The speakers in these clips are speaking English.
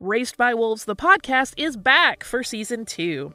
Raced by Wolves, the podcast, is back for season two.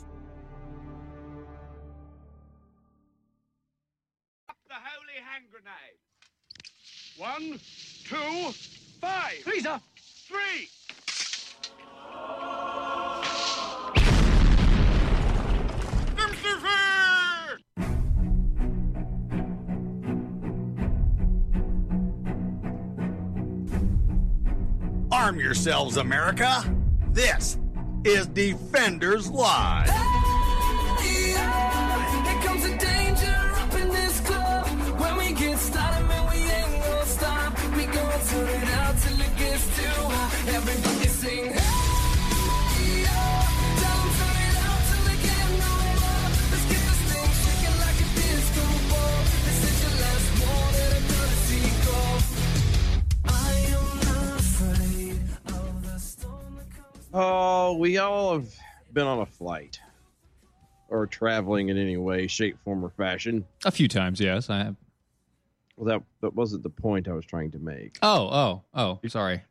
One, two, five. Lisa. Three. Arm yourselves, America. This is Defenders Live. Everybody sing. Oh, we all have been on a flight or traveling in any way, shape, form, or fashion. A few times, yes. I have. Well, that that wasn't the point I was trying to make. Oh, oh, oh. Sorry.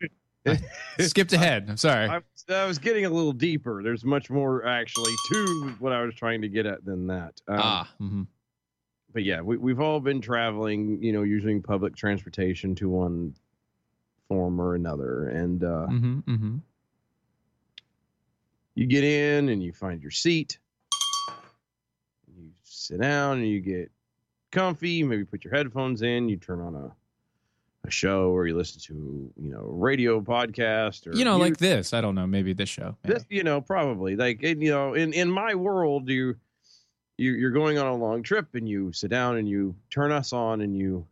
I skipped ahead. I'm sorry. I, I was getting a little deeper. There's much more actually to what I was trying to get at than that. Um, ah. mhm. But yeah, we, we've all been traveling, you know, using public transportation to one form or another. And uh, Mhm, mhm. you get in and you find your seat. You sit down and you get comfy. Maybe put your headphones in. You turn on a a show or you listen to you know a radio podcast or You know, music. like this. I don't know. Maybe this show. Maybe. This, you know, probably like in, you know, in in my world, you, you you're going on a long trip and you sit down and you turn us on and you,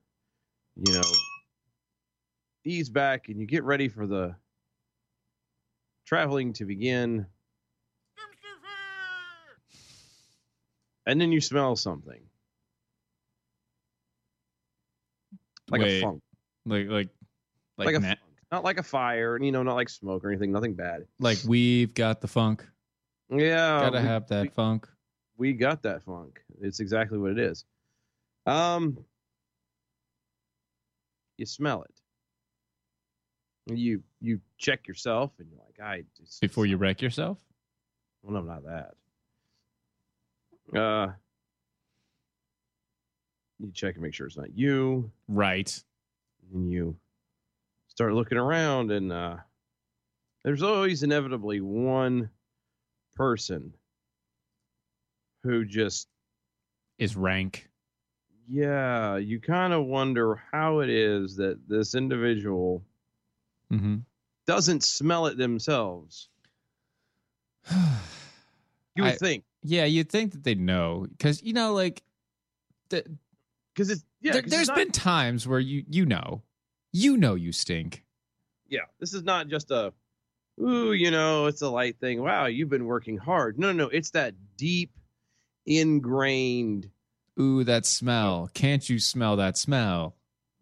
you know, ease back and you get ready for the traveling to begin. And then you smell something like Wait, a funk, Like, like, like, like, a na- funk. not like a fire, and you know, not like smoke or anything, nothing bad. like we've got the funk. Yeah, Gotta Oh, we- have that we- funk. we got that funk. It's exactly what it is. Um, you smell it. You you check yourself, and you're like, I it's- Before you wreck yourself. Well, no, not that. Uh, you check and make sure it's not you, Right. and you start looking around, and uh, there's always inevitably one person who just Is rank. yeah, you kind of wonder how it is that this individual Mm-hmm. doesn't smell it themselves. You would I- think yeah, you'd think that they'd know because you know, like, the, because it's yeah, there, 'cause it's there's not- been times where you you know, you know you stink. yeah. This is not just a ooh, you know, it's a light thing. Wow, you've been working hard. No, no, no, it's that deep, ingrained Ooh, that smell! Can't you smell that smell?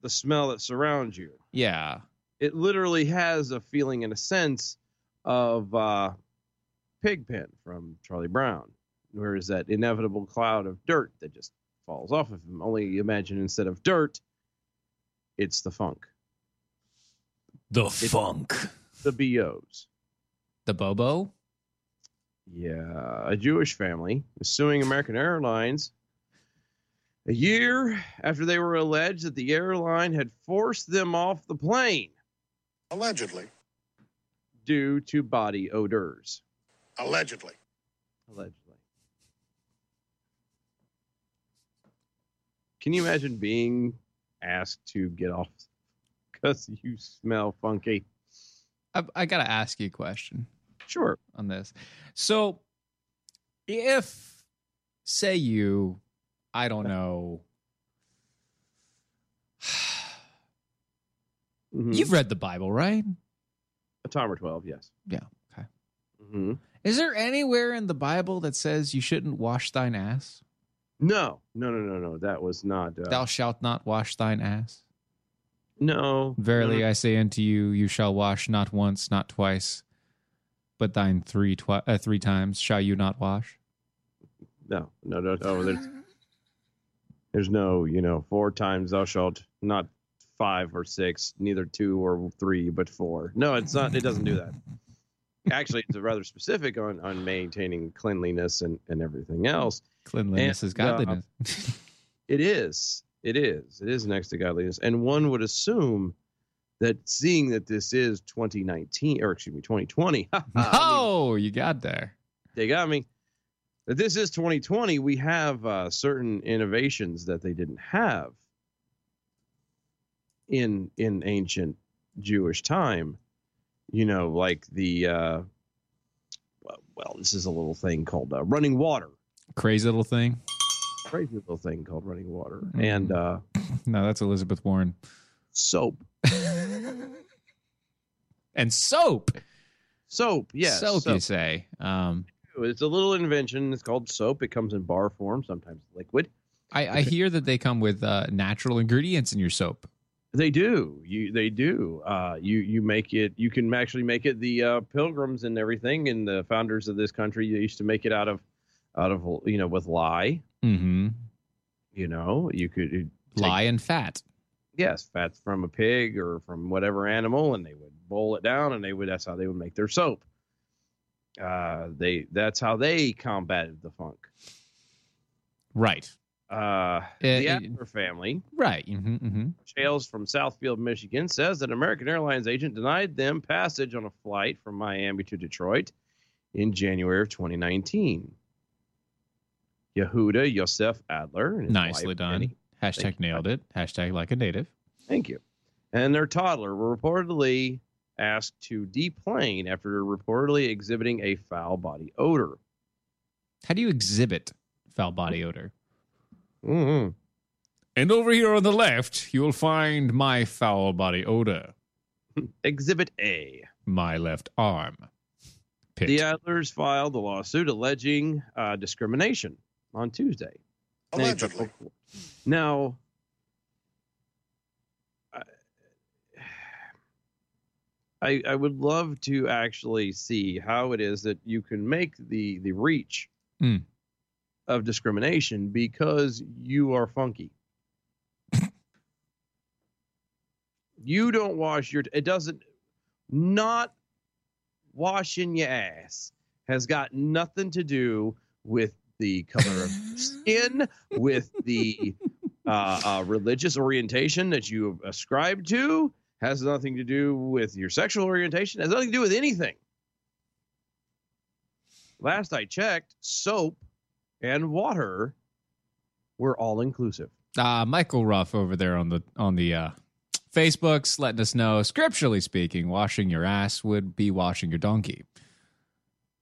the smell that surrounds you. Yeah. It literally has a feeling and a sense of uh, Pigpen from Charlie Brown. where is that inevitable cloud of dirt that just falls off of him? Only imagine instead of dirt, it's the funk, The funk. the BOs. The Bobo? Yeah, a Jewish family is suing American Airlines a year after they were alleged that the airline had forced them off the plane Allegedly. due to body odors. Allegedly. Allegedly. Can you imagine being asked to get off because you smell funky? I, I got to ask you a question. Sure. on this. So if say you I don't know Mhm. you've read the Bible, right? a time or 12, yes. Yeah, okay. hmm Is there anywhere in the Bible that says you shouldn't wash thine ass? No, no, no, no, no. That was not. Uh, Thou shalt not wash thine ass. no. Verily no. I say unto you, you shall wash not once, not twice, but thine three twi- uh, three times shall you not wash. No, no, no, no. There's, there's no, you know, four times thou shalt, not five or six, neither two or three, but four. No, it's not. It doesn't do that. Actually, it's rather specific on on maintaining cleanliness and and everything else. Cleanliness And, is godliness. It is. It is. It is next to godliness. And one would assume that seeing that this is 2019, or excuse me, 2020. ha, ha, I mean, oh, you got there. they got me. That this is 2020. We have uh, certain innovations that they didn't have in in ancient Jewish time. You know, like the uh, well, well, this is a little thing called uh, running water. Crazy little thing. Crazy little thing called running water Mm. and uh, No, that's Elizabeth Warren. soap. and soap. Soap, yes. soap, you say. Um, It's a little invention. It's called soap. It comes in bar form, sometimes liquid. I, I hear that they come with uh, natural ingredients in your soap. They do. You they do. Uh, you you make it. You can actually make it. The uh, pilgrims and everything, and the founders of this country, they used to make it out of, out of you know, with lye. Mm-hmm. You know, you could take- Lye and fat. yes, fats from a pig or from whatever animal, and they would boil it down, and they would. That's how they would make their soap. Uh, they that's how they combated the funk. Right. Uh, the it- Adler family. Eh, Right. Mm-hmm, mm-hmm. Chales from Southfield, Michigan, says that an American Airlines agent denied them passage on a flight from Miami to Detroit in January of 2019. Yehuda Yosef Adler. and his Nicely wife, done. Penny- Hashtag nailed it. Hashtag like a native. thank you. And their toddler were reportedly asked to deplane after reportedly exhibiting a foul body odor. How do you exhibit foul body odor? Mm-hmm. And over here on the left, you'll find my foul body odor, Exhibit A. my left arm. Pit. The Adlers filed a lawsuit alleging uh, discrimination on Tuesday. Allegedly. Now, I- I I would love to actually see how it is that you can make the the reach Mm. of discrimination because you are funky. you don't wash your it doesn't not washing your ass has got nothing to do with the color of your skin with the uh, uh, religious orientation that you ascribe to has nothing to do with your sexual orientation has nothing to do with anything last i checked soap and water were all inclusive Uh, Michael Ruff over there on the on the uh, Facebooks letting us know, scripturally speaking, washing your ass would be washing your donkey.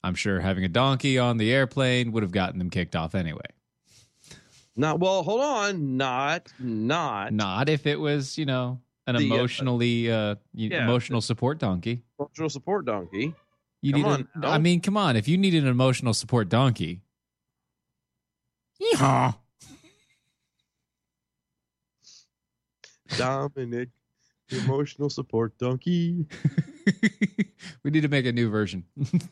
I'm sure having a donkey on the airplane would have gotten them kicked off anyway. not well hold on not not Not if it was, you know, an The, uh, emotionally uh, y- yeah. emotional support donkey. cultural support donkey You Come need an- on now. I mean, come on, if you need an emotional support donkey. Yeehaw. dominic emotional support donkey we need to make a new version.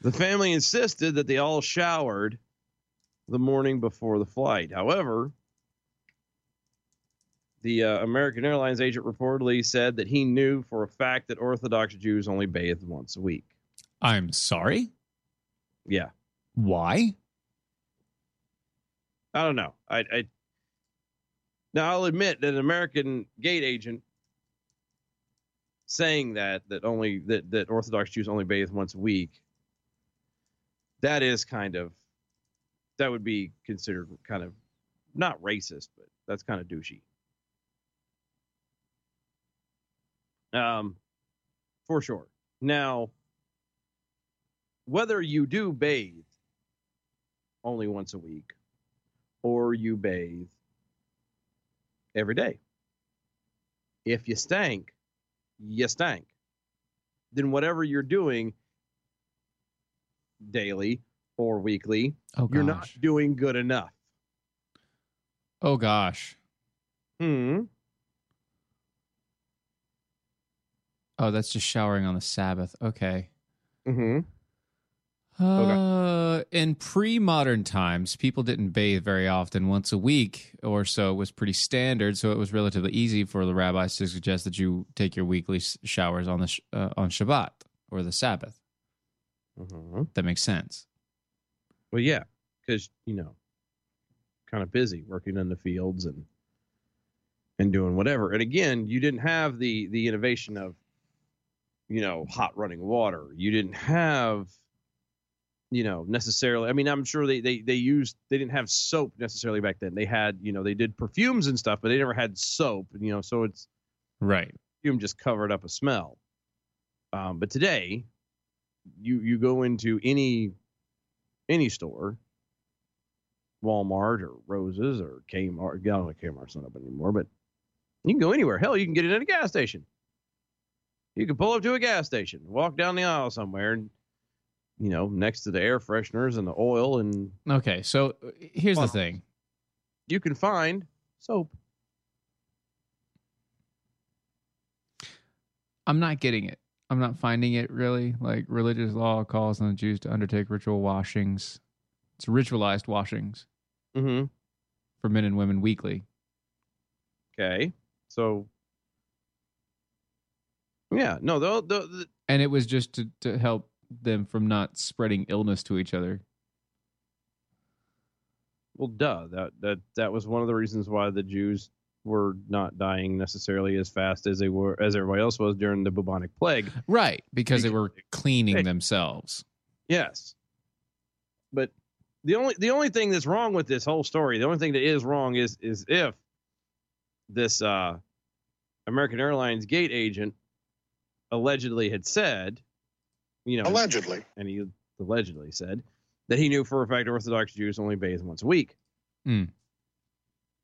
The family insisted that they all showered the morning before the flight. However, the uh, American Airlines agent reportedly said that he knew for a fact that Orthodox Jews only bathed once a week. I'm sorry. Yeah, Why? I don't know. I, I now I'll admit that an American gate agent saying that that only that that Orthodox Jews only bathe once a week. That is kind of that would be considered kind of not racist, but that's kind of douchey. Um, for sure. Now, whether you do bathe only once a week or you bathe every day. If you stank, you stank. Then whatever you're doing daily or weekly, Oh gosh. you're not doing good enough. oh gosh. Hmm. Oh, that's just showering on the Sabbath. Okay. Mm-hmm. Uh, in pre-modern times, people didn't bathe very often. Once a week or so was pretty standard, so it was relatively easy for the rabbis to suggest that you take your weekly s- showers on the sh- uh, on Shabbat or the Sabbath. Mm-hmm. That makes sense. Well, yeah, because you know, kind of busy working in the fields and and doing whatever. And again, you didn't have the the innovation of you know hot running water. You didn't have you know necessarily. I mean, I'm sure they they they used they didn't have soap necessarily back then. They had you know they did perfumes and stuff, but they never had soap. You know, so it's Right. perfume just covered up a smell. Um, but today, you you go into any any store, Walmart or Roses or Kmart. I don't know if Kmart's not up anymore, but you can go anywhere. Hell, you can get it at a gas station. You can pull up to a gas station, walk down the aisle somewhere, and you know, next to the air fresheners and the oil, and Okay. So uh, here's Well- the thing. you can find soap. I'm not getting it. I'm not finding it really. Like religious law calls on the Jews to undertake ritual washings. It's ritualized washings Mm-hmm. for men and women weekly. Okay, so yeah, no, the, the, the and it was just to, to help them from not spreading illness to each other. Well, duh. That that that was one of the reasons why the Jews were not dying necessarily as fast as they were as everybody else was during the bubonic plague. Right, because they were cleaning Hey. themselves. Yes. But the only the only thing that's wrong with this whole story, the only thing that is wrong is is if this uh American Airlines gate agent allegedly had said, you know, Allegedly. and he allegedly said that he knew for a fact Orthodox Jews only bathe once a week. Hmm.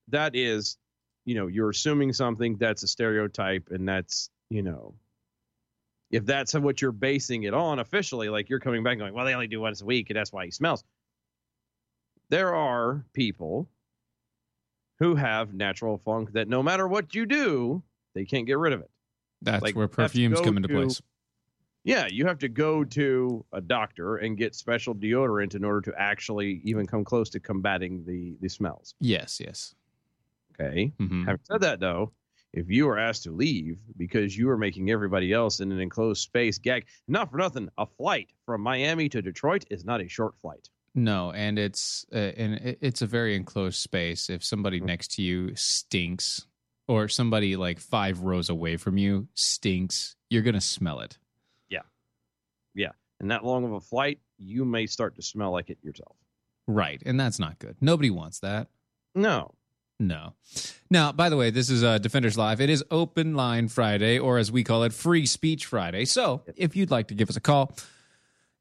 That is, you know, you're assuming something. That's a stereotype, and that's, you know, if that's what you're basing it on officially, like you're coming back and going, well, they only do once a week, and that's why he smells. There are people who have natural funk that no matter what you do, they can't get rid of it. That's Like, where you have to perfumes go come into to- place. Yeah, you have to go to a doctor and get special deodorant in order to actually even come close to combating the the smells. Yes, yes. Okay. hmm Having said that, though, if you are asked to leave because you are making everybody else in an enclosed space gag, not for nothing, a flight from Miami to Detroit is not a short flight. No, and it's uh, and it- it's a very enclosed space. If somebody Mhm. next to you stinks, or somebody like five rows away from you stinks, you're gonna smell it. And that long of a flight, you may start to smell like it yourself. Right, and that's not good. Nobody wants that. No. No. Now, by the way, this is uh, Defenders Live. It is Open Line Friday, or as we call it, Free Speech Friday. So if you'd like to give us a call,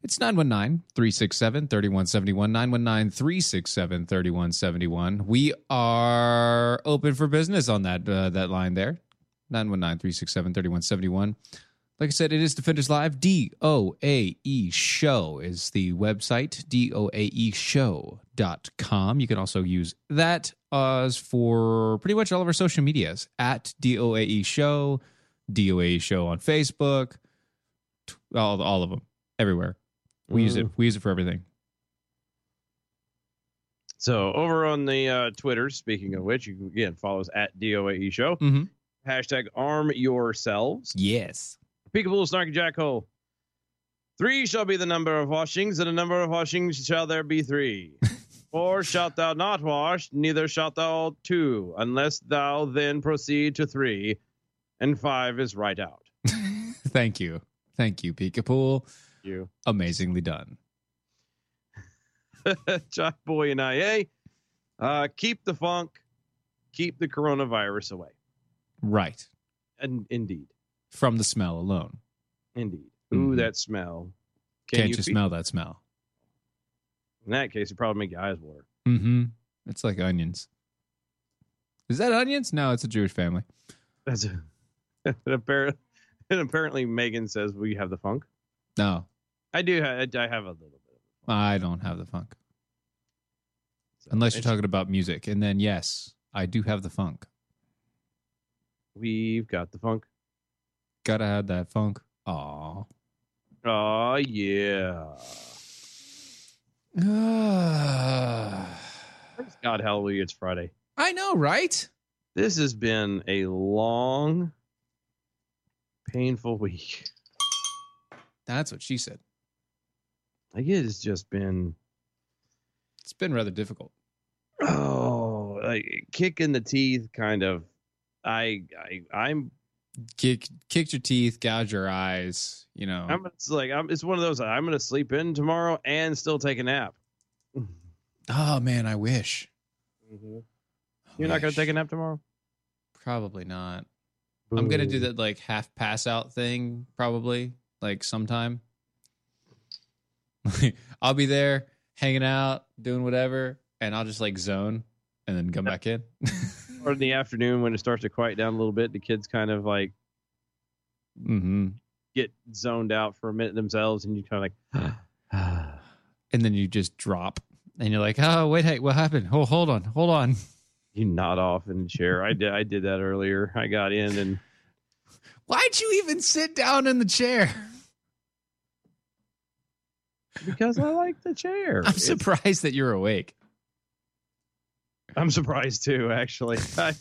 it's 919 367 3171. 919 367 3171. We are open for business on that, uh, that line there. 919 367 3171. Like I said, it is Defenders Live. D O A E Show is the website, D O A E Show.com. You can also use that as for pretty much all of our social medias at D O A E Show, D O A E Show on Facebook, t- all, all of them, everywhere. We use it. We use it for everything. So over on the uh, Twitter, speaking of which, you can again follow us at DOAE E Show. Mhm. Hashtag arm yourselves. Yes. Peekaboo, snarky jackhole. Three shall be the number of washings, and a number of washings shall there be three. Four shalt thou not wash, neither shalt thou two, unless thou then proceed to three, and five is right out. Thank you. Thank you, Peekapool. You, Amazingly done. Jock Boy and IA, uh, keep the funk, keep the coronavirus away. Right. And indeed, From the smell alone. indeed. Mhm. Ooh, that smell. Can not you, feel- smell that smell? In that case, it probably make your eyes water. Mm-hmm. It's like onions. Is that onions? No, it's a Jewish family. That's a, and apparently, and apparently Megan says we have the funk. No, I do. ha- I, I have a little bit. Of the funk. I don't have the funk. So Unless you're it's- talking about music. And then, yes, I do have the funk. we've got the funk. Gotta have that funk. Aw. Oh yeah. Praise God, hallelujah! It's Friday. I know, right? This has been a long, painful week. That's what she said. Like it has just been It's been rather difficult. oh, like kick in the teeth, kind of. I, I, I'm Kick, kicked your teeth, gouge your eyes. You know, I'm it's like I'm, it's one of those I'm gonna sleep in tomorrow and still take a nap. oh man, I wish. You're not gonna Wish. take a nap tomorrow. Probably not. I'm gonna do that like half pass out thing probably like sometime. I'll be there hanging out, doing whatever, and I'll just like zone and then come back in. Or in the afternoon when it starts to quiet down a little bit, the kids kind of like mm-hmm. get zoned out for a minute themselves, and you kind of like, And then you just drop, and you're like, "Oh wait, hey, what happened? Oh, hold on, hold on. you nod off in the chair. I did. I did that earlier. I got in and Why'd you even sit down in the chair?" because I like the chair. I'm It's- surprised that you're awake. I'm surprised too. Actually, I,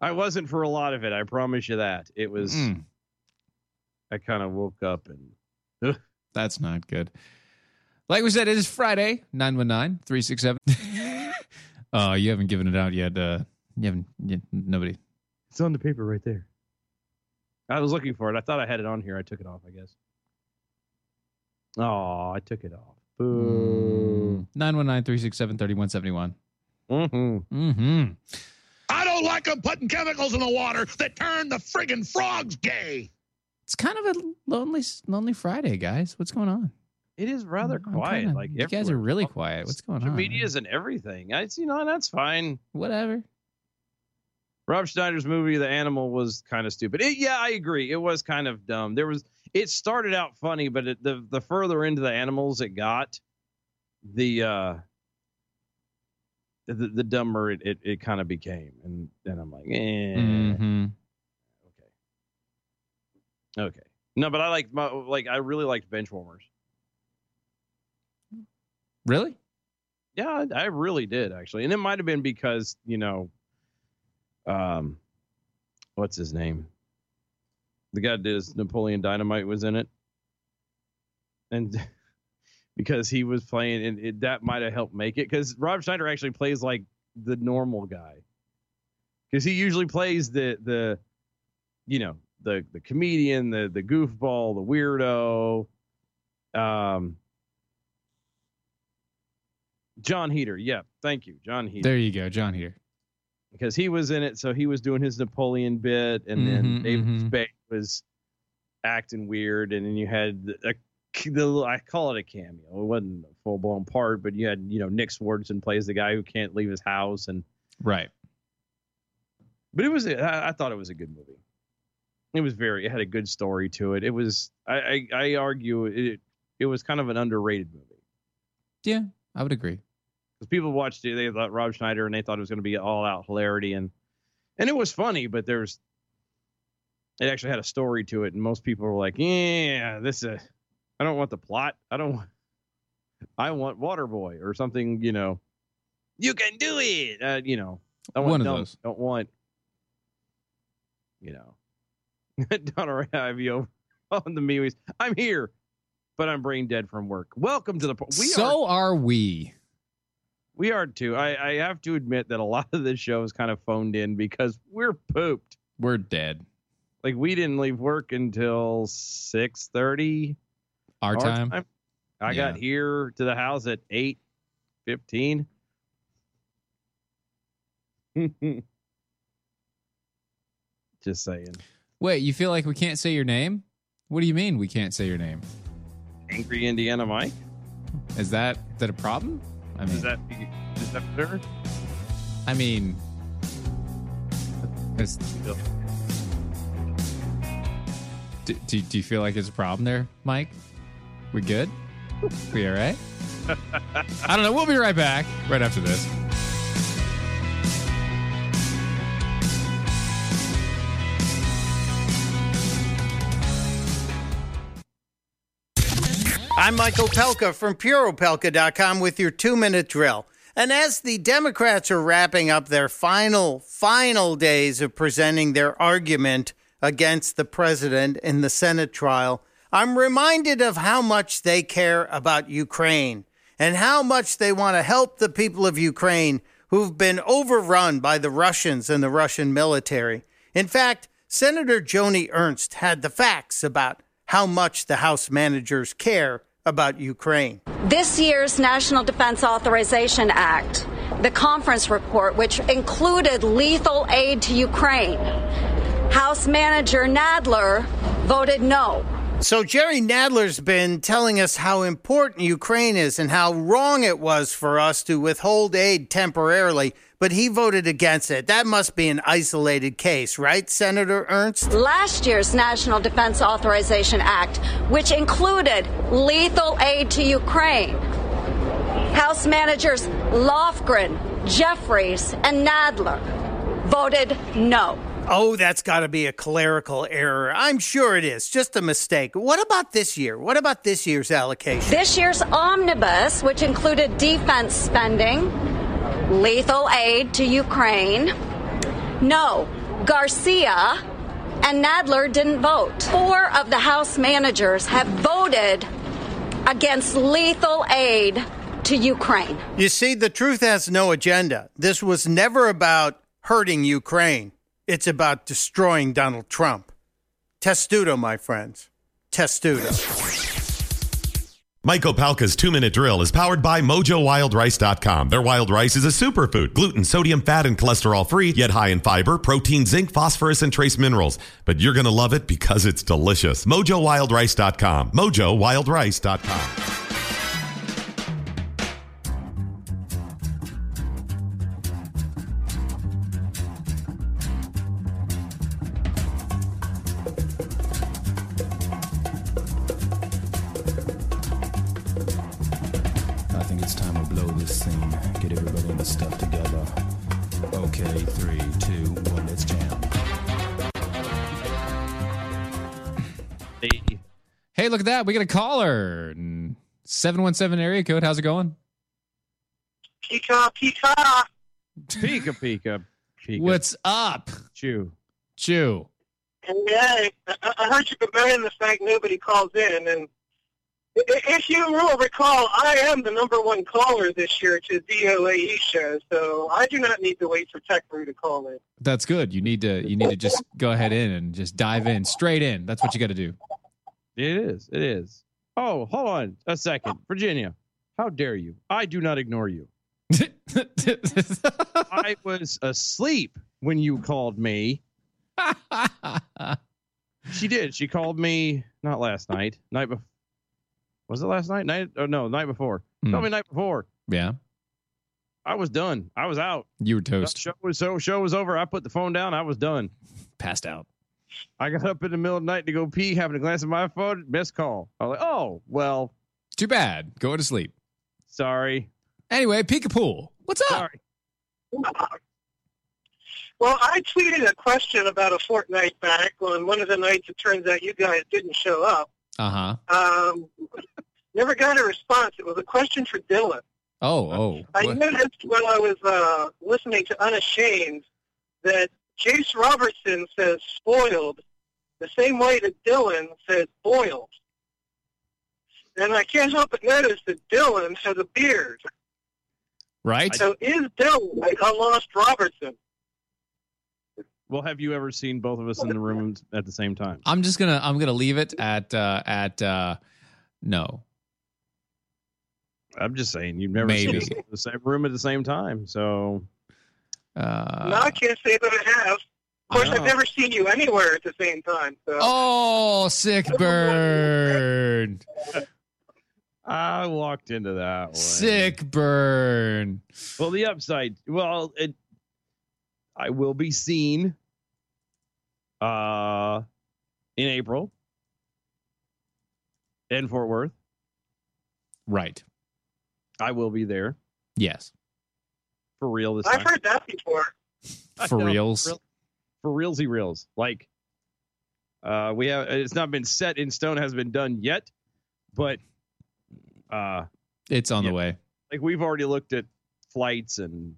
I wasn't for a lot of it. I promise you that. It was. Mm, I kind of woke up and that's not good. Like we said, it is Friday, 919 367. Oh, you haven't given it out yet. Uh, you haven't, you, nobody. It's on the paper right there. I was looking for it. I thought I had it on here. I took it off, I guess. Oh, I took it off. Boo. 919 367 3171. Mm. Mm-hmm. Mm-hmm. I don't like them putting chemicals in the water that turn the friggin' frogs gay. It's kind of a lonely, lonely Friday, guys. What's going on? It is rather I'm quiet. kinda- like you guys are everywhere. really All quiet. What's going social on? Medias and everything. I, you know, that's fine. Whatever. Rob Schneider's movie, The Animal, was kind of stupid. It, yeah, I agree. It was kind of dumb. There was. It started out funny, but it, the the further into the animals it got, the uh, the, the dumber it, it, it kind of became. And then I'm like, eh, Mm-hmm. okay, okay. No, but I like my like I really liked Benchwarmers. Really? Yeah, I, I really did actually, and it might have been because you know, um, what's his name? The guy that did his Napoleon Dynamite was in it, and because he was playing, and it, that might have helped make it because Rob Schneider actually plays like the normal guy, because he usually plays the the, you know, the the comedian, the the goofball, the weirdo, um. John Heater, yeah, thank you, John Heater There you go, John Heater. because he was in it, so he was doing his Napoleon bit, and Mhm, then David mhm. Spade was acting weird, and then you had a, the I call it a cameo. It wasn't a full blown part, but you had you know Nick Swardson plays the guy who can't leave his house, and Right. but it was a- I, I thought it was a good movie. It was very it had a good story to it. It was I I, I argue it it was kind of an underrated movie. Yeah, I would agree. because people watched it. They thought Rob Schneider and they thought it was going to be all out hilarity and and it was funny, but there's it actually had a story to it, and most people were like, "Yeah, this uh, I don't want the plot. I don't. want- I want Waterboy or something. You know, you can do it. Uh, you know, I want One of dumb- those. Don't want. You know, Donna Ivy on the Miwis. I'm here, but I'm brain dead from work. Welcome to the. po- We are so are, we. we are too. I, I have to admit that a lot of this show is kind of phoned in because we're pooped. We're dead. Like we didn't leave work until six thirty. Our, time. I got Yeah. here to the house at eight fifteen. Just saying. Wait, you feel like we can't say your name? What do you mean we can't say your name? Angry Indiana Mike. Is that is that a problem? I mean, Is that is that better? I mean, it's, do, do, do you feel like it's a problem there, Mike? We good? We all right? I don't know. We'll be right back right after this. I'm Michael Pelka from PuroPelka.com with your two minute drill. And as the Democrats are wrapping up their final, final days of presenting their argument against the president in the Senate trial, I'm reminded of how much they care about Ukraine and how much they want to help the people of Ukraine who've been overrun by the Russians and the Russian military. In fact, Senator Joni Ernst had the facts about how much the House managers care about Ukraine. This year's National Defense Authorization Act, the conference report, which included lethal aid to Ukraine, House Manager Nadler voted no. So, Jerry Nadler's been telling us how important Ukraine is and how wrong it was for us to withhold aid temporarily, but he voted against it. That must be an isolated case, right, Senator Ernst? Last year's National Defense Authorization Act, which included lethal aid to Ukraine, House Managers Lofgren, Jeffries, and Nadler voted no. Oh, that's got to be a clerical error. I'm sure it is. Just a mistake. What about this year? What about this year's allocation? This year's omnibus, which included defense spending, lethal aid to Ukraine, no, Garcia and Nadler didn't vote. Four of the House managers have voted against lethal aid to Ukraine. You see, the truth has no agenda. This was never about hurting Ukraine. It's about destroying Donald Trump. Testudo, my friends. Testudo. Michael Palka's two minute drill is powered by MojoWildRice.com. Their wild rice is a superfood, gluten, sodium, fat, and cholesterol free, yet high in fiber, protein, zinc, phosphorus, and trace minerals. But you're going to love it because it's delicious. MojoWildRice.com. MojoWildRice.com. I think it's time to blow this scene. Get everybody in the stuff together. Okay, three, two, one, let's jam. Hey, Hey, look at that. We got a caller. 717 area code. How's it going? Pika, pika. Pika Pika Pika. What's up, chew? Chew? Hey, I I heard you bemoaning the fact nobody calls in, and i- if you will recall, I am the number one caller this year to DOAE show, so I do not need to wait for Tech Brew to call in. That's good. You need to you need to just go ahead in and just dive in straight in. That's what you got to do. It is. It is. Oh, hold on a second. Virginia, how dare you? I do not ignore you. I was asleep when you called me. She did. She called me not last night. Night before. Was it last night? Night? Oh no, night before. Hmm. Called me night before. yeah, I was done. I was out. you were The toast, Show was so show was over. I put the phone down. I was done. passed out. I got up in the middle of the night to go pee. Having a glance at my phone, missed call. I was like, oh well, Too bad. Going to sleep. sorry, Anyway, Pika Pool. What's up? sorry. Well, I tweeted a question about a fortnight back on one of the nights it turns out you guys didn't show up. Uh huh. Um, never got a response. It was a question for Dylan. Oh, oh. I noticed when I was uh, listening to Unashamed that Jace Robertson says spoiled the same way that Dylan says boiled. And I can't help but notice that Dylan has a beard. Right? So is Dylan like a lost Robertson? Well, have you ever seen both of us in the room at the same time? I'm just gonna I'm gonna leave it at uh at uh no. I'm just saying you've never Maybe. seen us in the same room at the same time. So uh no, I can't say that I have. Of course, Oh. I've never seen you anywhere at the same time. So. Oh, sick burn. I walked into that one. Sick burn. Well, the upside, well, it, I will be seen uh in April in Fort Worth. Right. I will be there Yes. for real this I've time. heard that before. I For know, reals. real- For realsy reals. Like uh we have it's not been set in stone, hasn't been done yet, but uh It's on the way. like we've already looked at flights and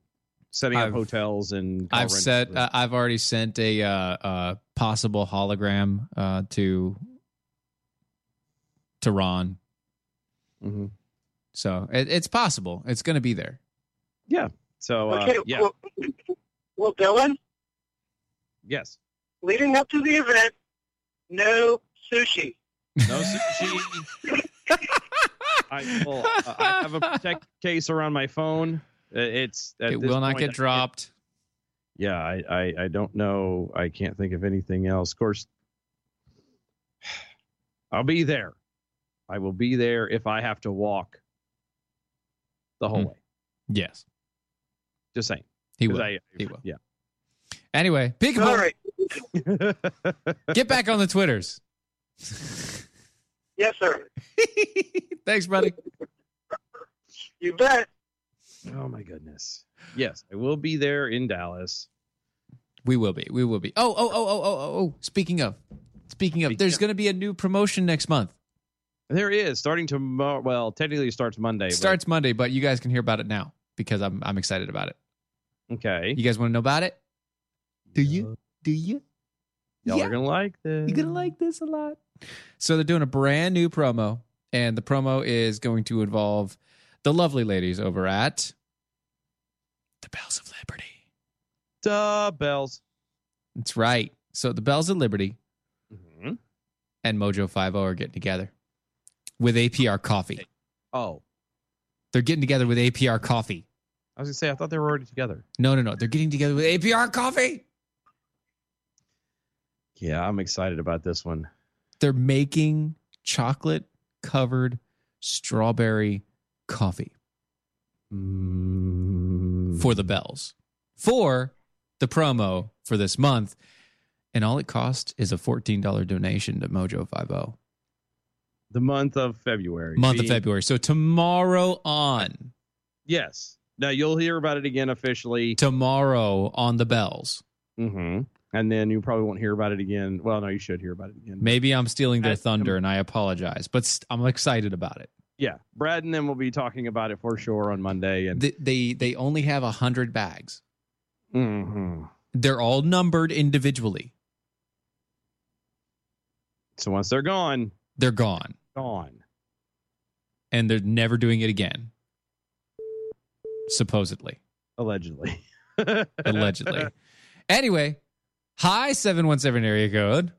setting I've- up hotels and car I've rentals. set uh, I've already sent a uh uh possible hologram uh to to Ron. Mm-hmm. Mhm. So it, it's possible. It's gonna be there. yeah. So uh, okay, yeah, well, well, Dylan, yes. leading up to the event, no sushi. No sushi. I, will, uh, I have a protect case around my phone. Uh, It's at it this will not point, get I- dropped. yeah, I, I I don't know. I can't think of anything else. Of course, I'll be there. I will be there if I have to walk the whole Hmm. way. Yes. Just saying. He 'Cause will. I- he will. yeah. Anyway, peekaboo. All right. Get back on the Twitters. Yes, sir. Thanks, buddy. You bet. Oh my goodness. Yes, I will be there in Dallas. We will be. We will be. Oh, oh, oh, oh, oh, oh, oh. Speaking of, speaking of, there's going to be a new promotion next month. There is starting tomorrow. Well, technically it starts Monday. It but- starts Monday, but you guys can hear about it now because I'm I'm excited about it. okay. You guys want to know about it? Do you? Do you? Y'all Yeah. are gonna like this. You're gonna like this a lot. So they're doing a brand new promo, and the promo is going to involve the lovely ladies over at the Bells of Liberty. The bells. That's right. So the Bells of Liberty Mhm. and Mojo Five O are getting together with APR Coffee. Oh, They're getting together with APR Coffee. I was gonna say I thought they were already together. No, no, no. They're getting together with APR Coffee. Yeah, I'm excited about this one. They're making chocolate covered strawberry coffee for the bells for the promo for this month. And all it costs is a $14 donation to Mojo 50 The month of February. month of Being- February. So tomorrow on, Yes. Now you'll hear about it again officially. tomorrow on the bells. Mm-hmm. And then you probably won't hear about it again. Well, no, you should hear about it again. Maybe I'm stealing their That's- thunder and I apologize, but st- I'm excited about it. Yeah, Brad and them will be talking about it for sure on Monday. And They they, they only have 100 bags. Mhm. They're all numbered individually. so once they're gone, They're gone gone. and they're never doing it again. Supposedly. Allegedly. Allegedly. Anyway, hi 717 area code.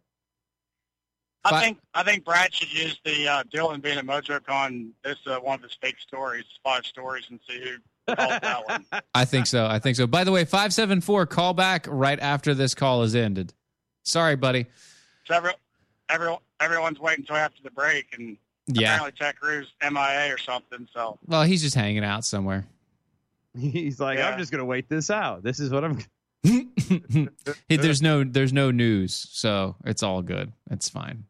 I Fi- think I think Brad should use the uh, Dylan being at MojoCon. This uh, one of his fake stories, five stories, and see who calls that one. I think so. I think so. By the way, 574 call back right after this call is ended. Sorry, buddy. So every, every, everyone's waiting until after the break, and Yeah. apparently Tech Crew's MIA or something. So Well, he's just hanging out somewhere. He's like, I'm just gonna wait this out. This is what I'm. Hey, there's no there's no news, so it's all good. It's fine.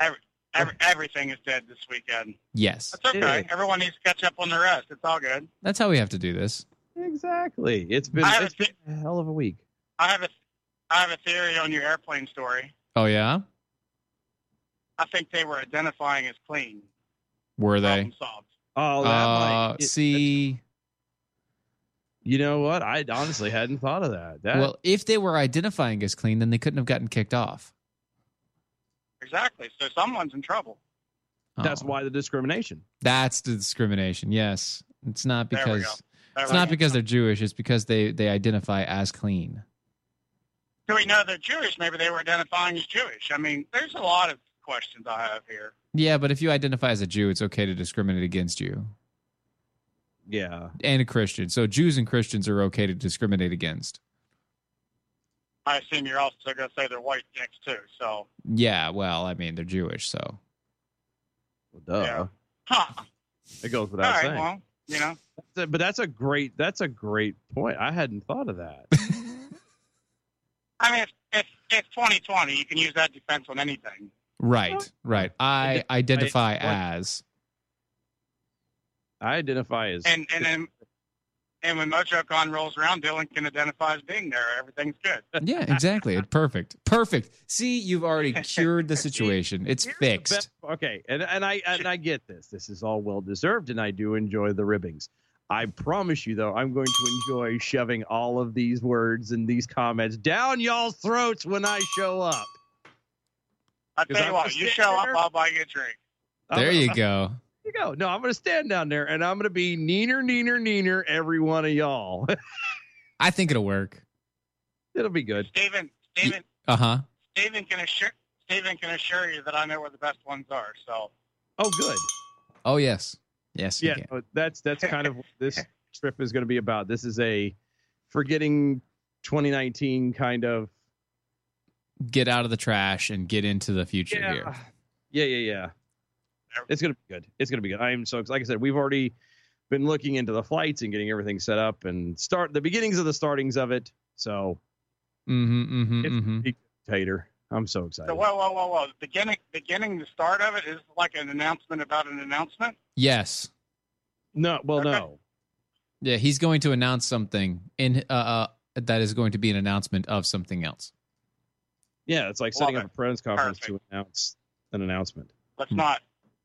every, every, everything is dead this weekend. Yes. That's okay. Everyone needs to catch up on the rest. It's all good. That's how we have to do this. Exactly. It's been, I have it's been a hell of a week. I have a I have a theory on your airplane story. Oh yeah? I think they were identifying as clean. Were they? Oh, that Uh, might, it- see, you know what? I honestly hadn't thought of that. That well, if they were identifying as clean, then they couldn't have gotten kicked off. Exactly. So someone's in trouble. that's why the discrimination. That's the discrimination. Yes, it's not There we go. because There it's we not go. because they're Jewish. It's because they they identify as clean. Do we know they're Jewish? Maybe they were identifying as Jewish. I mean, there's a lot of questions I have here. Yeah, but if you identify as a Jew, it's okay to discriminate against you Yeah. and a Christian. So Jews and Christians are okay to discriminate against. I assume you're also going to say they're white next too. So, Yeah, well, I mean they're Jewish, so Duh. huh. It goes All without right. saying. Well, you know, That's a- but that's a great that's a great point. I hadn't thought of that. I mean, if, if, if 2020, you can use that defense on anything. right, right. I identify I- as I identify as And and then, and when MojoCon rolls around, Dylan can identify as being there. Everything's good. yeah, exactly. It- Perfect, perfect. See, you've already cured the situation. It's fixed. okay, and and I and I get this. This is all well deserved, and I do enjoy the ribbings. I promise you, though, I'm going to enjoy shoving all of these words and these comments down y'all's throats when I show up. I Because tell I'm you what, just you sitting show up, there. I'll buy you a drink. There you go. Here you go. No, I'm going to stand down there and I'm going to be neener, neener, neener, every one of y'all. I think it'll work. It'll be good. Steven, Steven, Uh huh. Steven can assure Steven can assure you that I know where the best ones are. So Oh, good. Oh yes, yes. you yeah, can. no, that's that's kind of what this trip is going to be about. This is a forgetting 2019 kind of. Get out of the trash and get into the future Yeah. here. Yeah, yeah, yeah. It's gonna be good. It's gonna be good. I am so excited. Like I said, we've already been looking into the flights and getting everything set up and start the beginnings of the startings of it. So Mm-hmm. Mm-hmm. It's- mm-hmm. Tater, I'm so So excited. whoa, whoa, whoa, whoa! Beginning, beginning, the start of it is like an announcement about an announcement. Yes. No. Well, no. Yeah, he's going to announce something in uh, uh that is going to be an announcement of something else. Yeah, it's like setting up a press conference to announce an announcement. Let's Hmm. not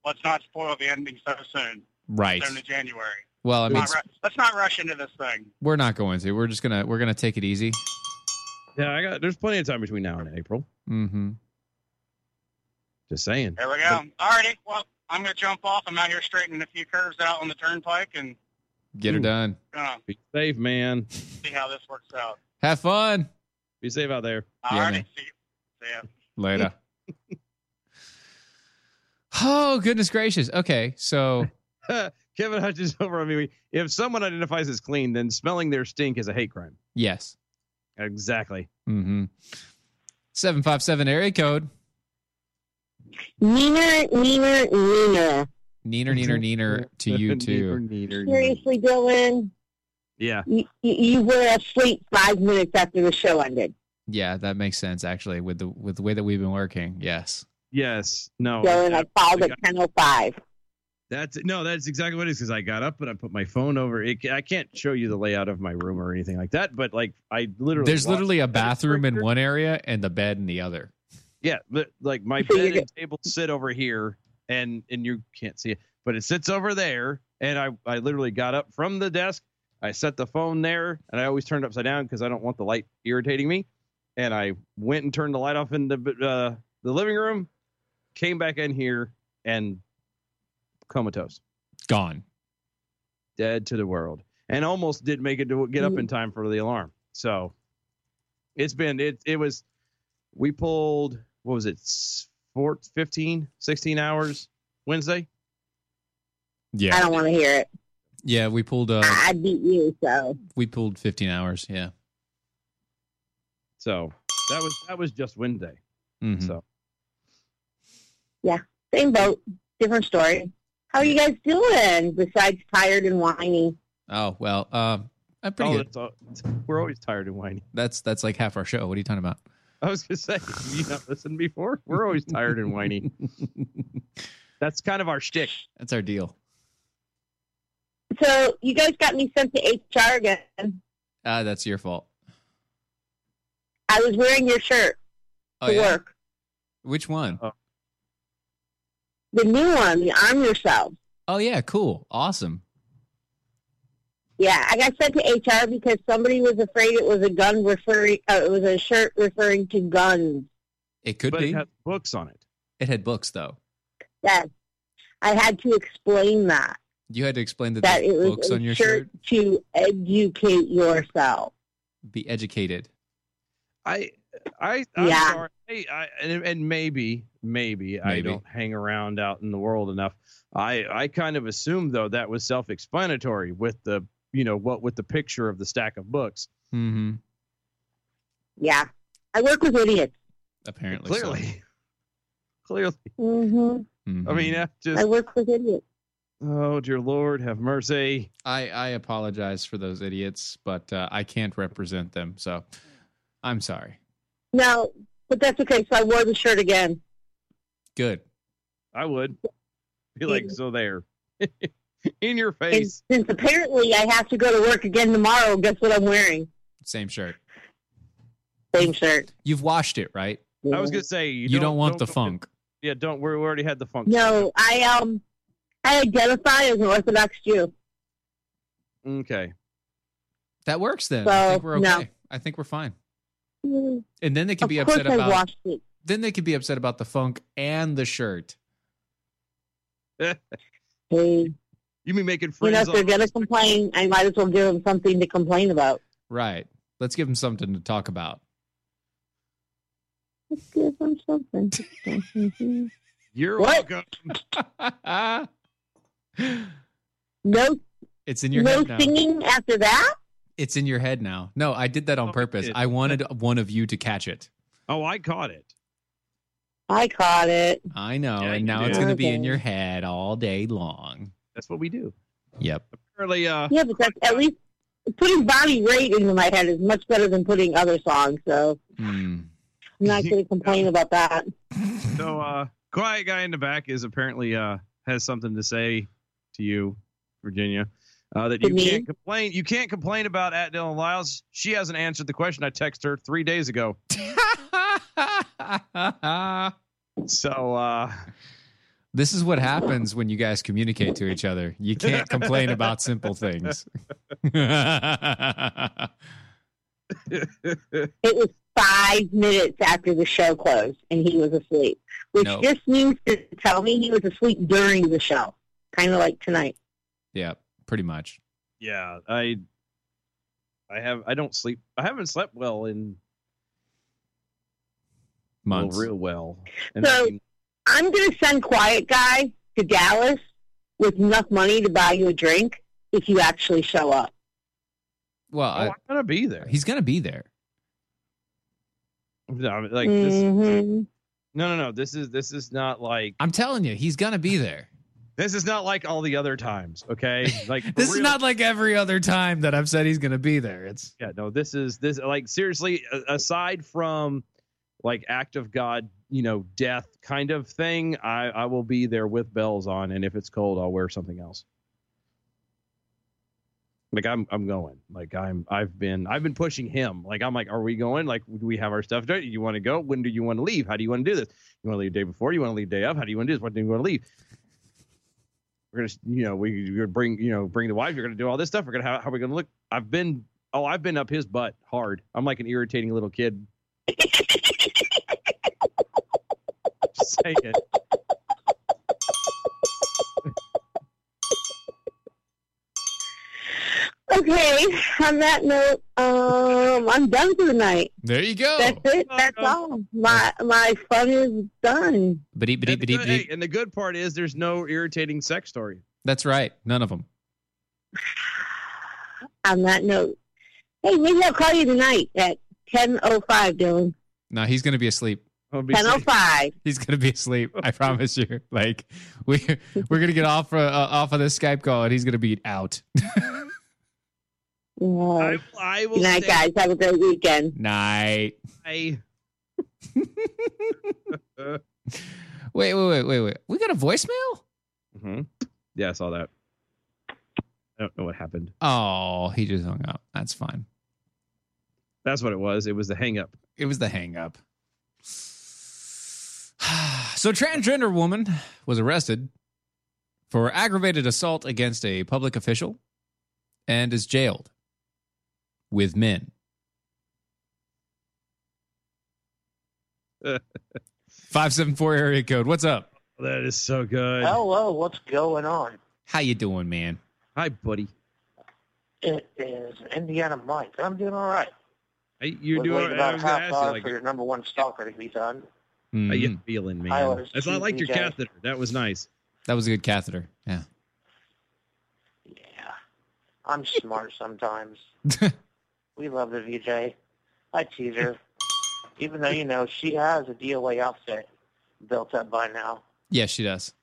let's not spoil the ending so soon. Right. Soon to January. Well, I mean, Not ru- let's not rush into this thing. we're not going to. We're just gonna we're gonna take it easy. Yeah, I got. There's plenty of time between now and April. Mm-hmm. Just saying. There we go. All righty. Well, I'm gonna jump off. I'm out here straightening a few curves out on the turnpike and Get her done. gonna Be safe, man. see how this works out. Have fun. Be safe out there. All Yeah, righty. man. See, you. see ya. Later. oh goodness gracious. Okay, so Kevin Hutchins over on me. If someone identifies as clean, then smelling their stink is a hate crime. yes. Exactly. Mm-hmm. Seven five seven area code. Neener, neener, neener. Neener Mm-hmm. neener neener to you too. Seriously, Dylan, Yeah. you, you, you were asleep five minutes after the show ended. Yeah, that makes sense actually with the with the way that we've been working. Yes. Yes. No. Dylan, I called at ten oh five. That's no. That's exactly what it is. Because I got up and I put my phone over. It, I can't show you the layout of my room or anything like that. But like I literally There's walked- literally a bathroom in one area and the bed in the other. yeah. li- Like my bed and table sit over here, and and you can't see it, but it sits over there. And I I literally got up from the desk. I set the phone there, and I always turn it upside down because I don't want the light irritating me. And I went and turned the light off in the uh, the living room, came back in here, and comatose. Gone. dead to the world and almost didn't make it to get Mm. up in time for the alarm so it's been it it was we pulled what was it s- four, 15 16 hours wednesday Yeah. I don't want to hear it. Yeah, we pulled uh I, I beat you, so we pulled 15 hours, yeah. so that was that was just wednesday Mm-hmm. so yeah, same boat, different story. How are you guys doing besides tired and whiny? Oh, well, um I'm pretty Oh, good. that's all- we're always tired and whiny That's that's like half our show. What are you talking about? i was gonna say you not listened before we're always tired and whiny that's kind of our shtick that's our deal So you guys got me sent to HR again. Uh, that's your fault. I was wearing your shirt Oh, to yeah? work. Oh. Which one? the new one, the Arm Yourself. Oh yeah, cool, awesome. Yeah, I got sent to HR because somebody was afraid it was a gun referring, uh, it was a shirt referring to guns. It could But be. it had books on it. It had books though. Yes, I had to explain that You had to explain that, that there's it was books a on your shirt. shirt, to educate yourself. Be educated. I, I, I'm Yeah. sorry. I, I, and, and maybe, maybe, I Maybe. don't hang around out in the world enough. I, I kind of assumed though that was self-explanatory with the, you know, what with the picture of the stack of books. Mm-hmm. Yeah, I work with idiots. Apparently, so. Clearly, clearly. hmm Mm-hmm. I mean, that I just. work with idiots. Oh dear Lord, have mercy. I I apologize for those idiots, but uh, I can't represent them, so I'm sorry. No, but that's okay. So I wore the shirt again. Good. I would be like, so there, in your And face. since apparently I have to go to work again tomorrow, guess what I'm wearing? Same shirt. Same shirt. You've washed it, right? I was gonna say you, You, don't, want the funk. Yeah, don't. We already had the funk. No, I um, I identify as an Orthodox Jew. Okay. That works then. So, I think we're okay. no. I think we're fine. Of And then they could be course, upset I about washed it. then they could be upset about the funk and the shirt. Hey, You mean making you know, friends? if they're on- gonna complain, I might as well give them something to complain about. Right. Let's give them something to talk about. Let's give them something. Mhm. You're What? welcome. no, it's in your no head now. singing after that. It's in your head now. No, I did that on Oh, purpose. it- I wanted one of you to catch it. Oh, I caught it. Uh, I caught it. I know. Yeah, and you now did. it's going to be in Okay. your head all day long. That's what we do. Yep. Apparently, uh, Yeah, but that's at least putting Bonnie Raitt into my head is much better than putting other songs. So Mm. I'm not gonna complain about that. so uh, quiet guy in the back is apparently uh has something to say to you, Virginia. Uh, that To you me? can't complain. You can't complain about at Dylan Lyles. She hasn't answered the question I texted her three days ago. So uh, this is what happens when you guys communicate to each other. You can't complain about simple things. It was five minutes after the show closed, and he was asleep, which No. just means to tell me he was asleep during the show, kind of like tonight. yeah, pretty much. yeah, I I have I don't sleep. I haven't slept well in well, Months. real well. So- I mean, I'm gonna send Quiet Guy to Dallas with enough money to buy you a drink if you actually show up. well, oh, I- I'm gonna be there. he's going to be there. No, I mean, like this. Mhm. No, no, no. This is this is not like I'm telling you, he's going to be there. this is not like all the other times. Okay, like for This is real. not like every other time that I've said he's going to be there. It's Yeah, no. This is this like seriously. a- Aside from like act of God, you know, death kind of thing. I I will be there with bells on, and if it's cold, I'll wear something else. Like I'm I'm going. Like I'm I've been I've been pushing him. Like I'm like, are we going? Like do we have our stuff? Do you want to go? When do you want to leave? How do you want to do this? You want to leave day before? You want to leave day of? How do you want to do this? What do you want to leave? we're gonna you know we you're gonna bring you know bring the wife you're gonna do all this stuff we're gonna how, how are we gonna look i've been oh i've been up his butt hard i'm like an irritating little kid Just saying. Okay. On that note, um, I'm done for the night. there you go. That's it. That's Oh. all. My my fun is done. Badee, badee, and, the badee, good, hey, badee. and the good part is there's no irritating sex story That's right. None of them. on that note. Hey, maybe I'll call you tonight at ten oh five, Dylan. No, he's going to be asleep. I'll be Ten oh saying- five. He's gonna be asleep. I promise you. Like we we're gonna get off uh, off of this Skype call, and he's gonna be out. I, Yeah. I will Good night, stay- guys. Have a great weekend. Night. I- Wait, wait, wait, wait, wait. We got a voicemail. Mhm. yeah i saw that i don't know what happened Oh, he just hung up. That's fine. that's what it was it was the hang up It was the hang up. So, transgender woman was arrested for aggravated assault against a public official and is jailed with men. Five seven four area code. What's up? That is so good. Hello, what's going on? How you doing, man? Hi, buddy. It is Indiana Mike. I'm doing all right. Hey, you're We're doing. waiting I about was half gonna ask hour you, like, for your number one stalker to be done. Hmm. how you feeling, man? I was That's- I liked your TPJ. catheter. That was nice. That was a good catheter. Yeah. I'm smart sometimes. we love E the VJ. I tease her, even though you know she has a DOA outfit built up by now. Yeah, she does.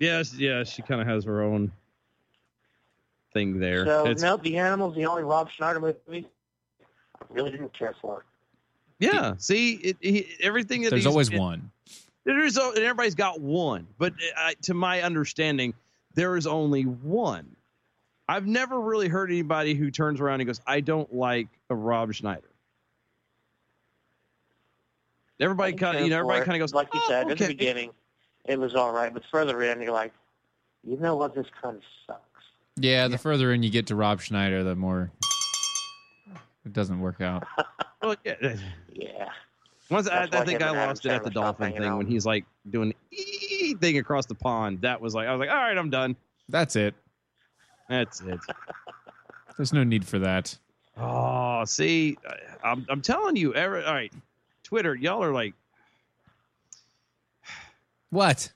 Yes, yeah, she kind of has her own thing there. So It's- nope, the animal's the only Rob Schneider movie I really didn't care for. Yeah, see, it, he, everything that There's he's always in- one. There's al- and everybody's got one, but uh, I, to my understanding, there is only one. I've never really heard anybody who turns around and goes, "I don't like a Rob Schneider." Everybody I didn't kind of, care you know, for everybody it. kind of goes, like you "Oh, said at the okay." beginning, it was all right, but further in you're like, you know what, this kind of sucks. Yeah, the further in you get to Rob Schneider, the more it doesn't work out. Well, yeah. Yeah. Once I, That's why I think him I and Adam lost it at Sandler the stopped dolphin hanging thing when he's like doing the ee thing across the pond. That was like I was like, all right, I'm done. That's it. That's it. There's no need for that. Oh, see, I- I'm I'm telling you, every, all right, Twitter, y'all are like. What?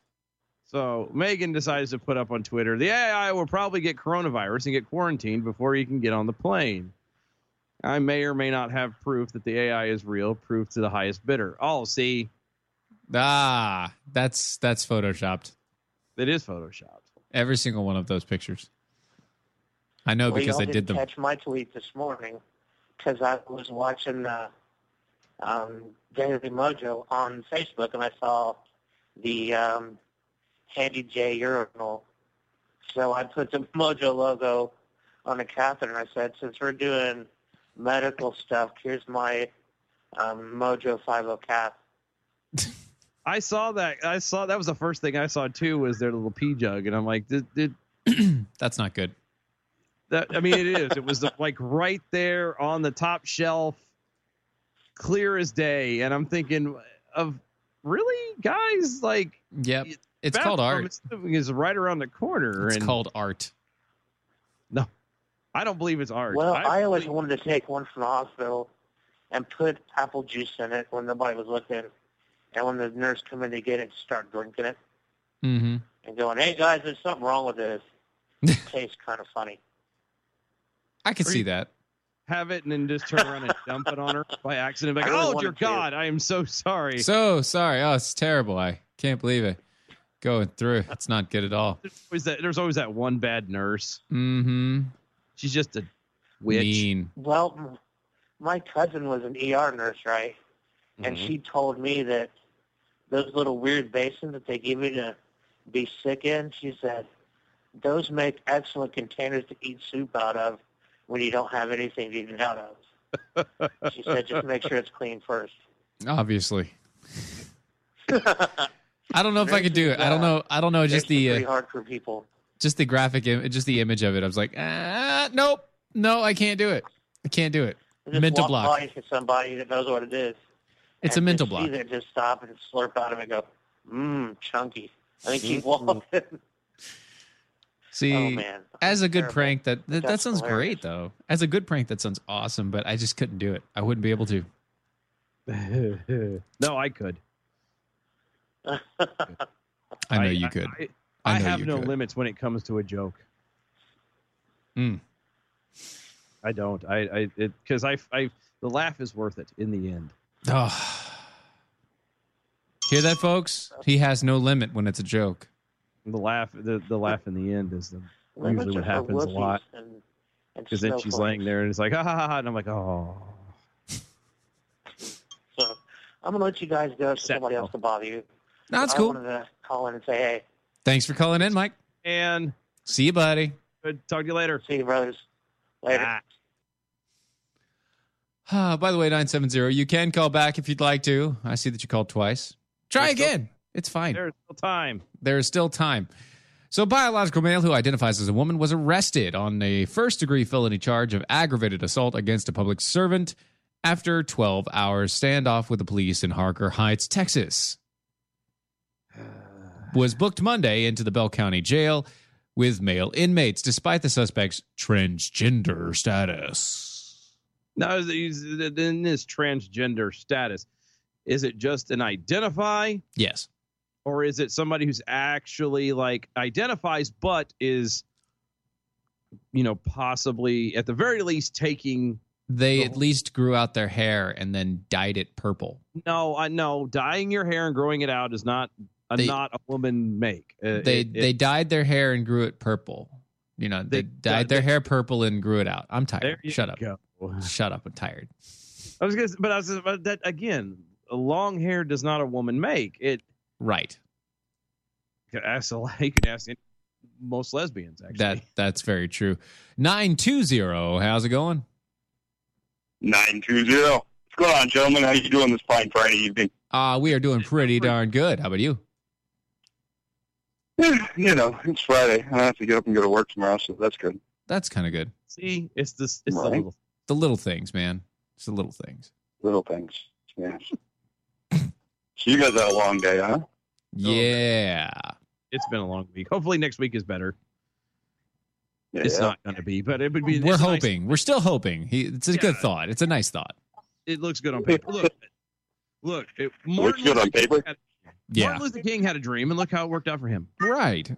So Megan decides to put up on Twitter, the AI will probably get coronavirus and get quarantined before you can get on the plane. I may or may not have proof that the AI is real, proof to the highest bidder. Oh, see, Ah, that's that's photoshopped. it is photoshopped. Every single one of those pictures. I know Well, because y'all I did didn't them. catch my tweet this morning because I was watching uh, um, Daily Mojo on Facebook and I saw the um, Handy J urinal. So I put the Mojo logo on a catheter and I said, since we're doing medical stuff, here's my um, Mojo 50 cath. I saw that. I saw that was the first thing I saw too was their little pee jug, and I'm like, did, did That's not good. that? I mean, it is. It was the, like right there on the top shelf, clear as day, and I'm thinking of really guys like Yep. It's called bathroom art. Is right around the corner. It's and called art. No, I don't believe it's art. Well, I, I, always wanted to take one from the hospital and put apple juice in it when nobody was looking. And when the nurse come in to get it, start drinking it Mm-hmm. and going, hey, guys, there's something wrong with this. It tastes kind of funny. I could Or see you- that. have it and then just turn around and dump it on her by accident. Like, I really oh dear wanted to." God, I am so sorry. So sorry. Oh, it's terrible. I can't believe it. Going through. It's not good at all. there's, always that, there's always that one bad nurse. Mm-hmm. She's just a witch. Mean. Well, m- my cousin was an ER nurse, right? And Mm-hmm. Mhm. she told me that those little weird basins that they give you to be sick in, she said, those make excellent containers to eat soup out of when you don't have anything to eat it out of. She said, just make sure it's clean first. Obviously. I don't know if I could do it. I don't know. I don't know. Just There's some the pretty uh, hardcore people. just the graphic, Im- just the image of it. I was like, ah, nope, no, I can't do it. I can't do it. They Just Mental walk block. by to somebody that knows what it is. It's a and mental just see block. that, just stop and slurp out of it and go, mmm, chunky. And they keep Mm-hmm. walking. See, Oh, man. as a good Terrible. prank, that that, that That's sounds hilarious. great though. As a good prank, that sounds awesome. But I just couldn't do it. I wouldn't be able to. no, I could. I know you could. I, I I know have you no could. limits when it comes to a joke. Mm. I don't. I I because I I the laugh is worth it in the end. Oh. Hear that, folks? He has no limit when it's a joke. The laugh the, the laugh in the end is the, Limits usually what are for happens a wussies lot. and- and Because then she's snowflakes. laying there and it's like ha ha ha, ha," and I'm like oh. So I'm going to let you guys go so somebody else can bother you. No, it's I cool. wanted to call in and say, hey, Thanks for calling in, Mike. And See you, buddy. uh, talk to you later. see you, brothers. Later. Ah, by the way, 970, you can call back if you'd like to. I see that you called twice. Try again. It's fine. There's still time. There is still time. So, biological male who identifies as a woman was arrested on a first degree felony charge of aggravated assault against a public servant after 12 hours standoff with the police in Harker Heights, Texas. Was booked Monday into the Bell County Jail with male inmates, despite the suspect's transgender status. Now, is- is- in this transgender status, is it just an identify, Yes. or is it somebody who's actually like identifies but is, you know, possibly at the very least taking? They at least grew out their hair and then dyed it purple. No, I no, dyeing your hair and growing it out is not a They- not a woman make. Uh, they it- they it- dyed their hair and grew it purple. You know, they, dyed their hair purple and grew it out. I'm tired. There you Shut up. go. Shut up. I'm tired. I was gonna, but I was but that again. Long hair does not a woman make it. Right. You could ask, a- you could ask any- most lesbians actually. That that's very true. Nine two zero. How's it going? Nine two zero. What's going on, gentlemen? How you doing this fine Friday evening? Uh we are doing pretty darn good. How about you? you know, it's Friday. I have to get up and go to work tomorrow, so that's good. That's kind of good. See, it's this. It's Right. the little. The little things, man. It's the little things. Little things. Yeah. so you guys had a long day, huh? Yeah. It's been a long week. Hopefully next week is better. It's Yeah. not going to be, but it would be. We're it's nice. hoping. We're still hoping. He, it's a good thought. It's a nice thought. It looks good on paper. Look, look. It, Martin good Luther on paper. King Had, Yeah. Martin Luther King had a dream, and look how it worked out for him. Right.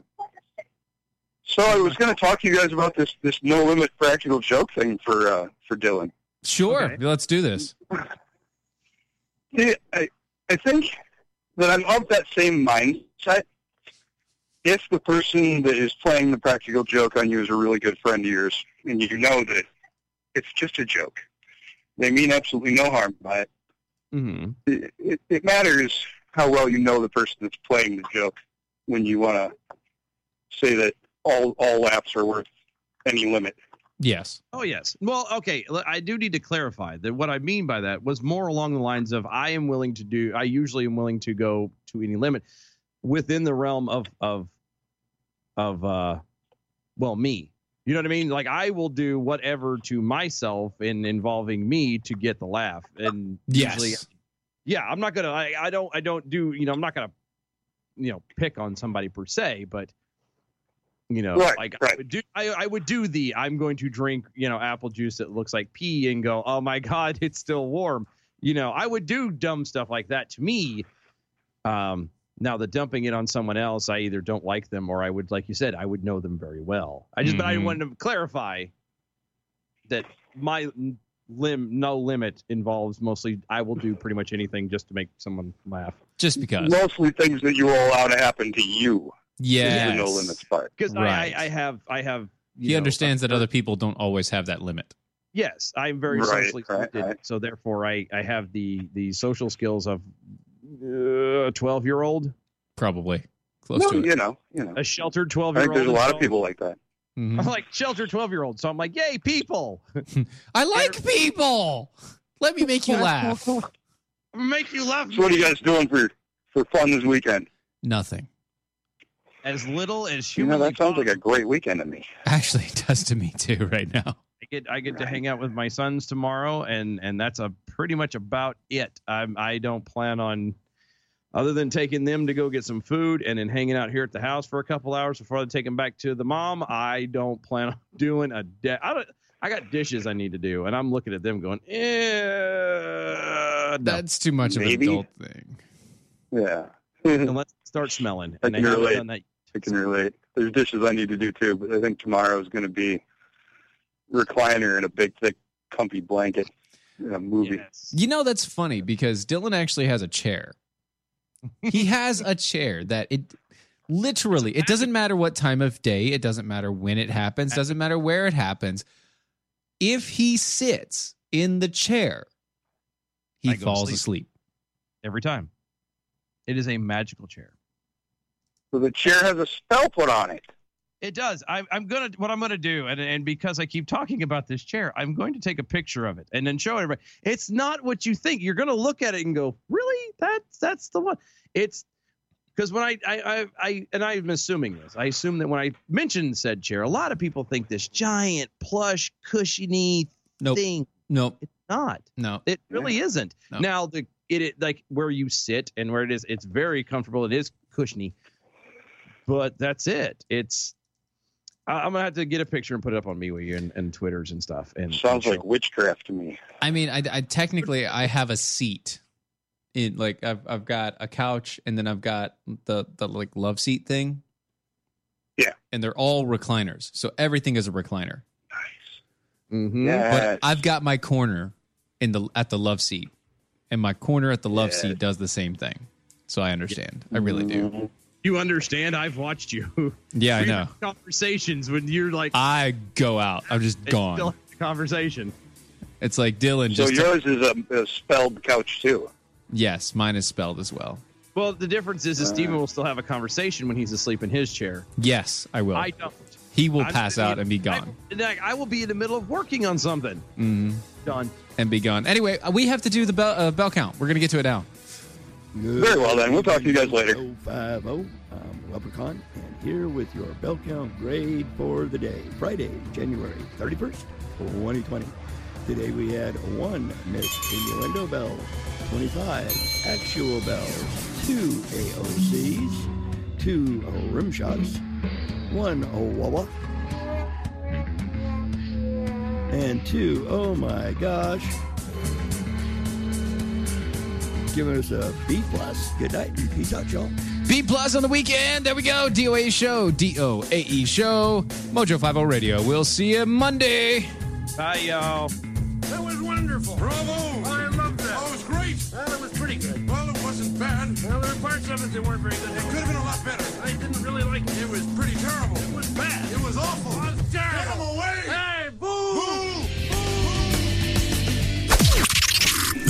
So I was going to talk to you guys about this this no limit practical joke thing for uh, for Dylan. Sure. Let's do this. See, I, I think that I'm of that same mindset. If the person that is playing the practical joke on you is a really good friend of yours, and you know that it's just a joke, they mean absolutely no harm by it. Mm-hmm. It, it, it matters how well you know the person that's playing the joke when you want to say that all all laughs are worth any limit. Yes. Oh yes. Well, okay. l- I do need to clarify that what I mean by that was more along the lines of I am willing to do. I usually am willing to go to any limit within the realm of of of uh, well, me. You know what I mean? Like I will do whatever to myself in involving me to get the laugh. And usually, Yes. yeah, I'm not gonna. I, I don't. I don't do. You know, I'm not gonna. You know, pick on somebody per se, but you know, Right, like I right. would do. I, I would do the. I'm going to drink. You know, apple juice that looks like pee, and go. Oh my god, it's still warm. You know, I would do dumb stuff like that to me. Um, now the dumping it on someone else, I either don't like them or I would, like you said, I would know them very well. I just, but I Mhm. wanted to clarify that my lim no limit involves mostly I will do pretty much anything just to make someone laugh. Just because. Mostly things that you will allow to happen to you. Is Yes. the no limits part. Because Right. I, I, I have, I have. you He know, understands that other people don't always have that limit. Yes, I'm very Right, socially right, gifted, right. so therefore I I have the the social skills of uh, a 12 year old, Probably. Close No, to it. you know, you know. a sheltered 12 I year think old. there's a lot of people like that. Mhm. I'm like sheltered 12 year old, so I'm like, yay, people. I like people. Let me make you laugh. make you laugh So what are you guys doing for for fun this weekend? Nothing. as little as You know, humanly that sounds like a great weekend to me. Actually, it does to me too right now. I get I get to hang out with my sons tomorrow, and and that's a pretty much about it. I'm I don't plan on other than taking them to go get some food and then hanging out here at the house for a couple hours before I take them back to the mom. I don't plan on doing a day. I don't. I got dishes I need to do, and I'm looking at them going, eh, no. That's too much Maybe. of an adult thing. Yeah. unless they start smelling. I And they can haven't relate. done that. I can relate. There's dishes I need to do too, but I think tomorrow is going to be recliner and a big, thick, comfy blanket and a movie. Yes. You know, that's funny because Dylan actually has a chair. He has a chair that it literally, it doesn't matter what time of day, it doesn't matter when it happens, doesn't matter where it happens. If he sits in the chair, he I go to falls sleep. asleep. every time. It is a magical chair. So the chair has a spell put on it. It does. I, I'm gonna what I'm gonna do, and and because I keep talking about this chair, I'm going to take a picture of it and then show everybody. It's not what you think. You're gonna look at it and go, really? That's that's the one. It's Because when I, I, I, I, and I'm assuming this, I assume that when I mentioned said chair, a lot of people think this giant, plush, cushiony Nope. thing. Nope. It's not. No. It really Yeah. isn't. No. Now, the, it, it, like where you sit and where it is, it's very comfortable. It is cushiony, but that's it. It's, I, I'm going to have to get a picture and put it up on MeWe and, and Twitters and stuff. And Sounds like witchcraft to me. I mean, I, I technically I have a seat in like I've I've got a couch and then I've got the the like love seat thing. Yeah, and they're all recliners, so everything is a recliner. Mm-hmm. Yes. But I've got my corner in the at the love seat, and my corner at the love seat does the same thing. So I understand. I really Mm-hmm. do. You understand? I've watched you. Yeah, I We've know. had Conversations when you're like, I go out. I'm just it's gone. still a conversation. it's like Dylan So just. yours is a, a spelled couch too. yes, mine is spelled as well. Well, the difference is, is Uh. Steven will still have a conversation when he's asleep in his chair. Yes, I will. I don't. he will I'm pass gonna be- out and be gone. And I, I will be in the middle of working on something. Mhm. Done. And be gone. Anyway, we have to do the bell, uh, bell count. We're gonna get to it now. Very well then. We'll talk to you guys later. 050, oh, I'm Leprechaun, and here with your bell count grade for the day, Friday, January 31st, 2020. Today we had 1 missed innuendo bell, 25 actual bells, 2 AOCs, 2 rim shots, 1 Owawa, and 2 oh my gosh, giving us a B plus. Good night and peace out, y'all. B plus on the weekend. There we go. DOA show. DOAE E show. Mojo 50 Radio. We'll see you Monday. Bye, y'all. That was wonderful. Bravo! I loved that. Oh, it was great. Well, it was pretty good. Well, it wasn't bad. Well, there were parts of it that weren't very good. It could have been a lot better. I didn't really like it. It was pretty terrible. It was bad. It was awful. It was terrible. Get him away! Hey, boo! Boo!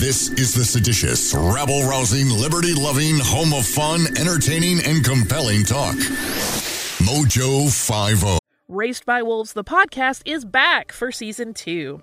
This is the seditious, rabble rousing, liberty loving, home of fun, entertaining, and compelling talk. Mojo oh. 50. Raced by Wolves, the podcast, is back for season two.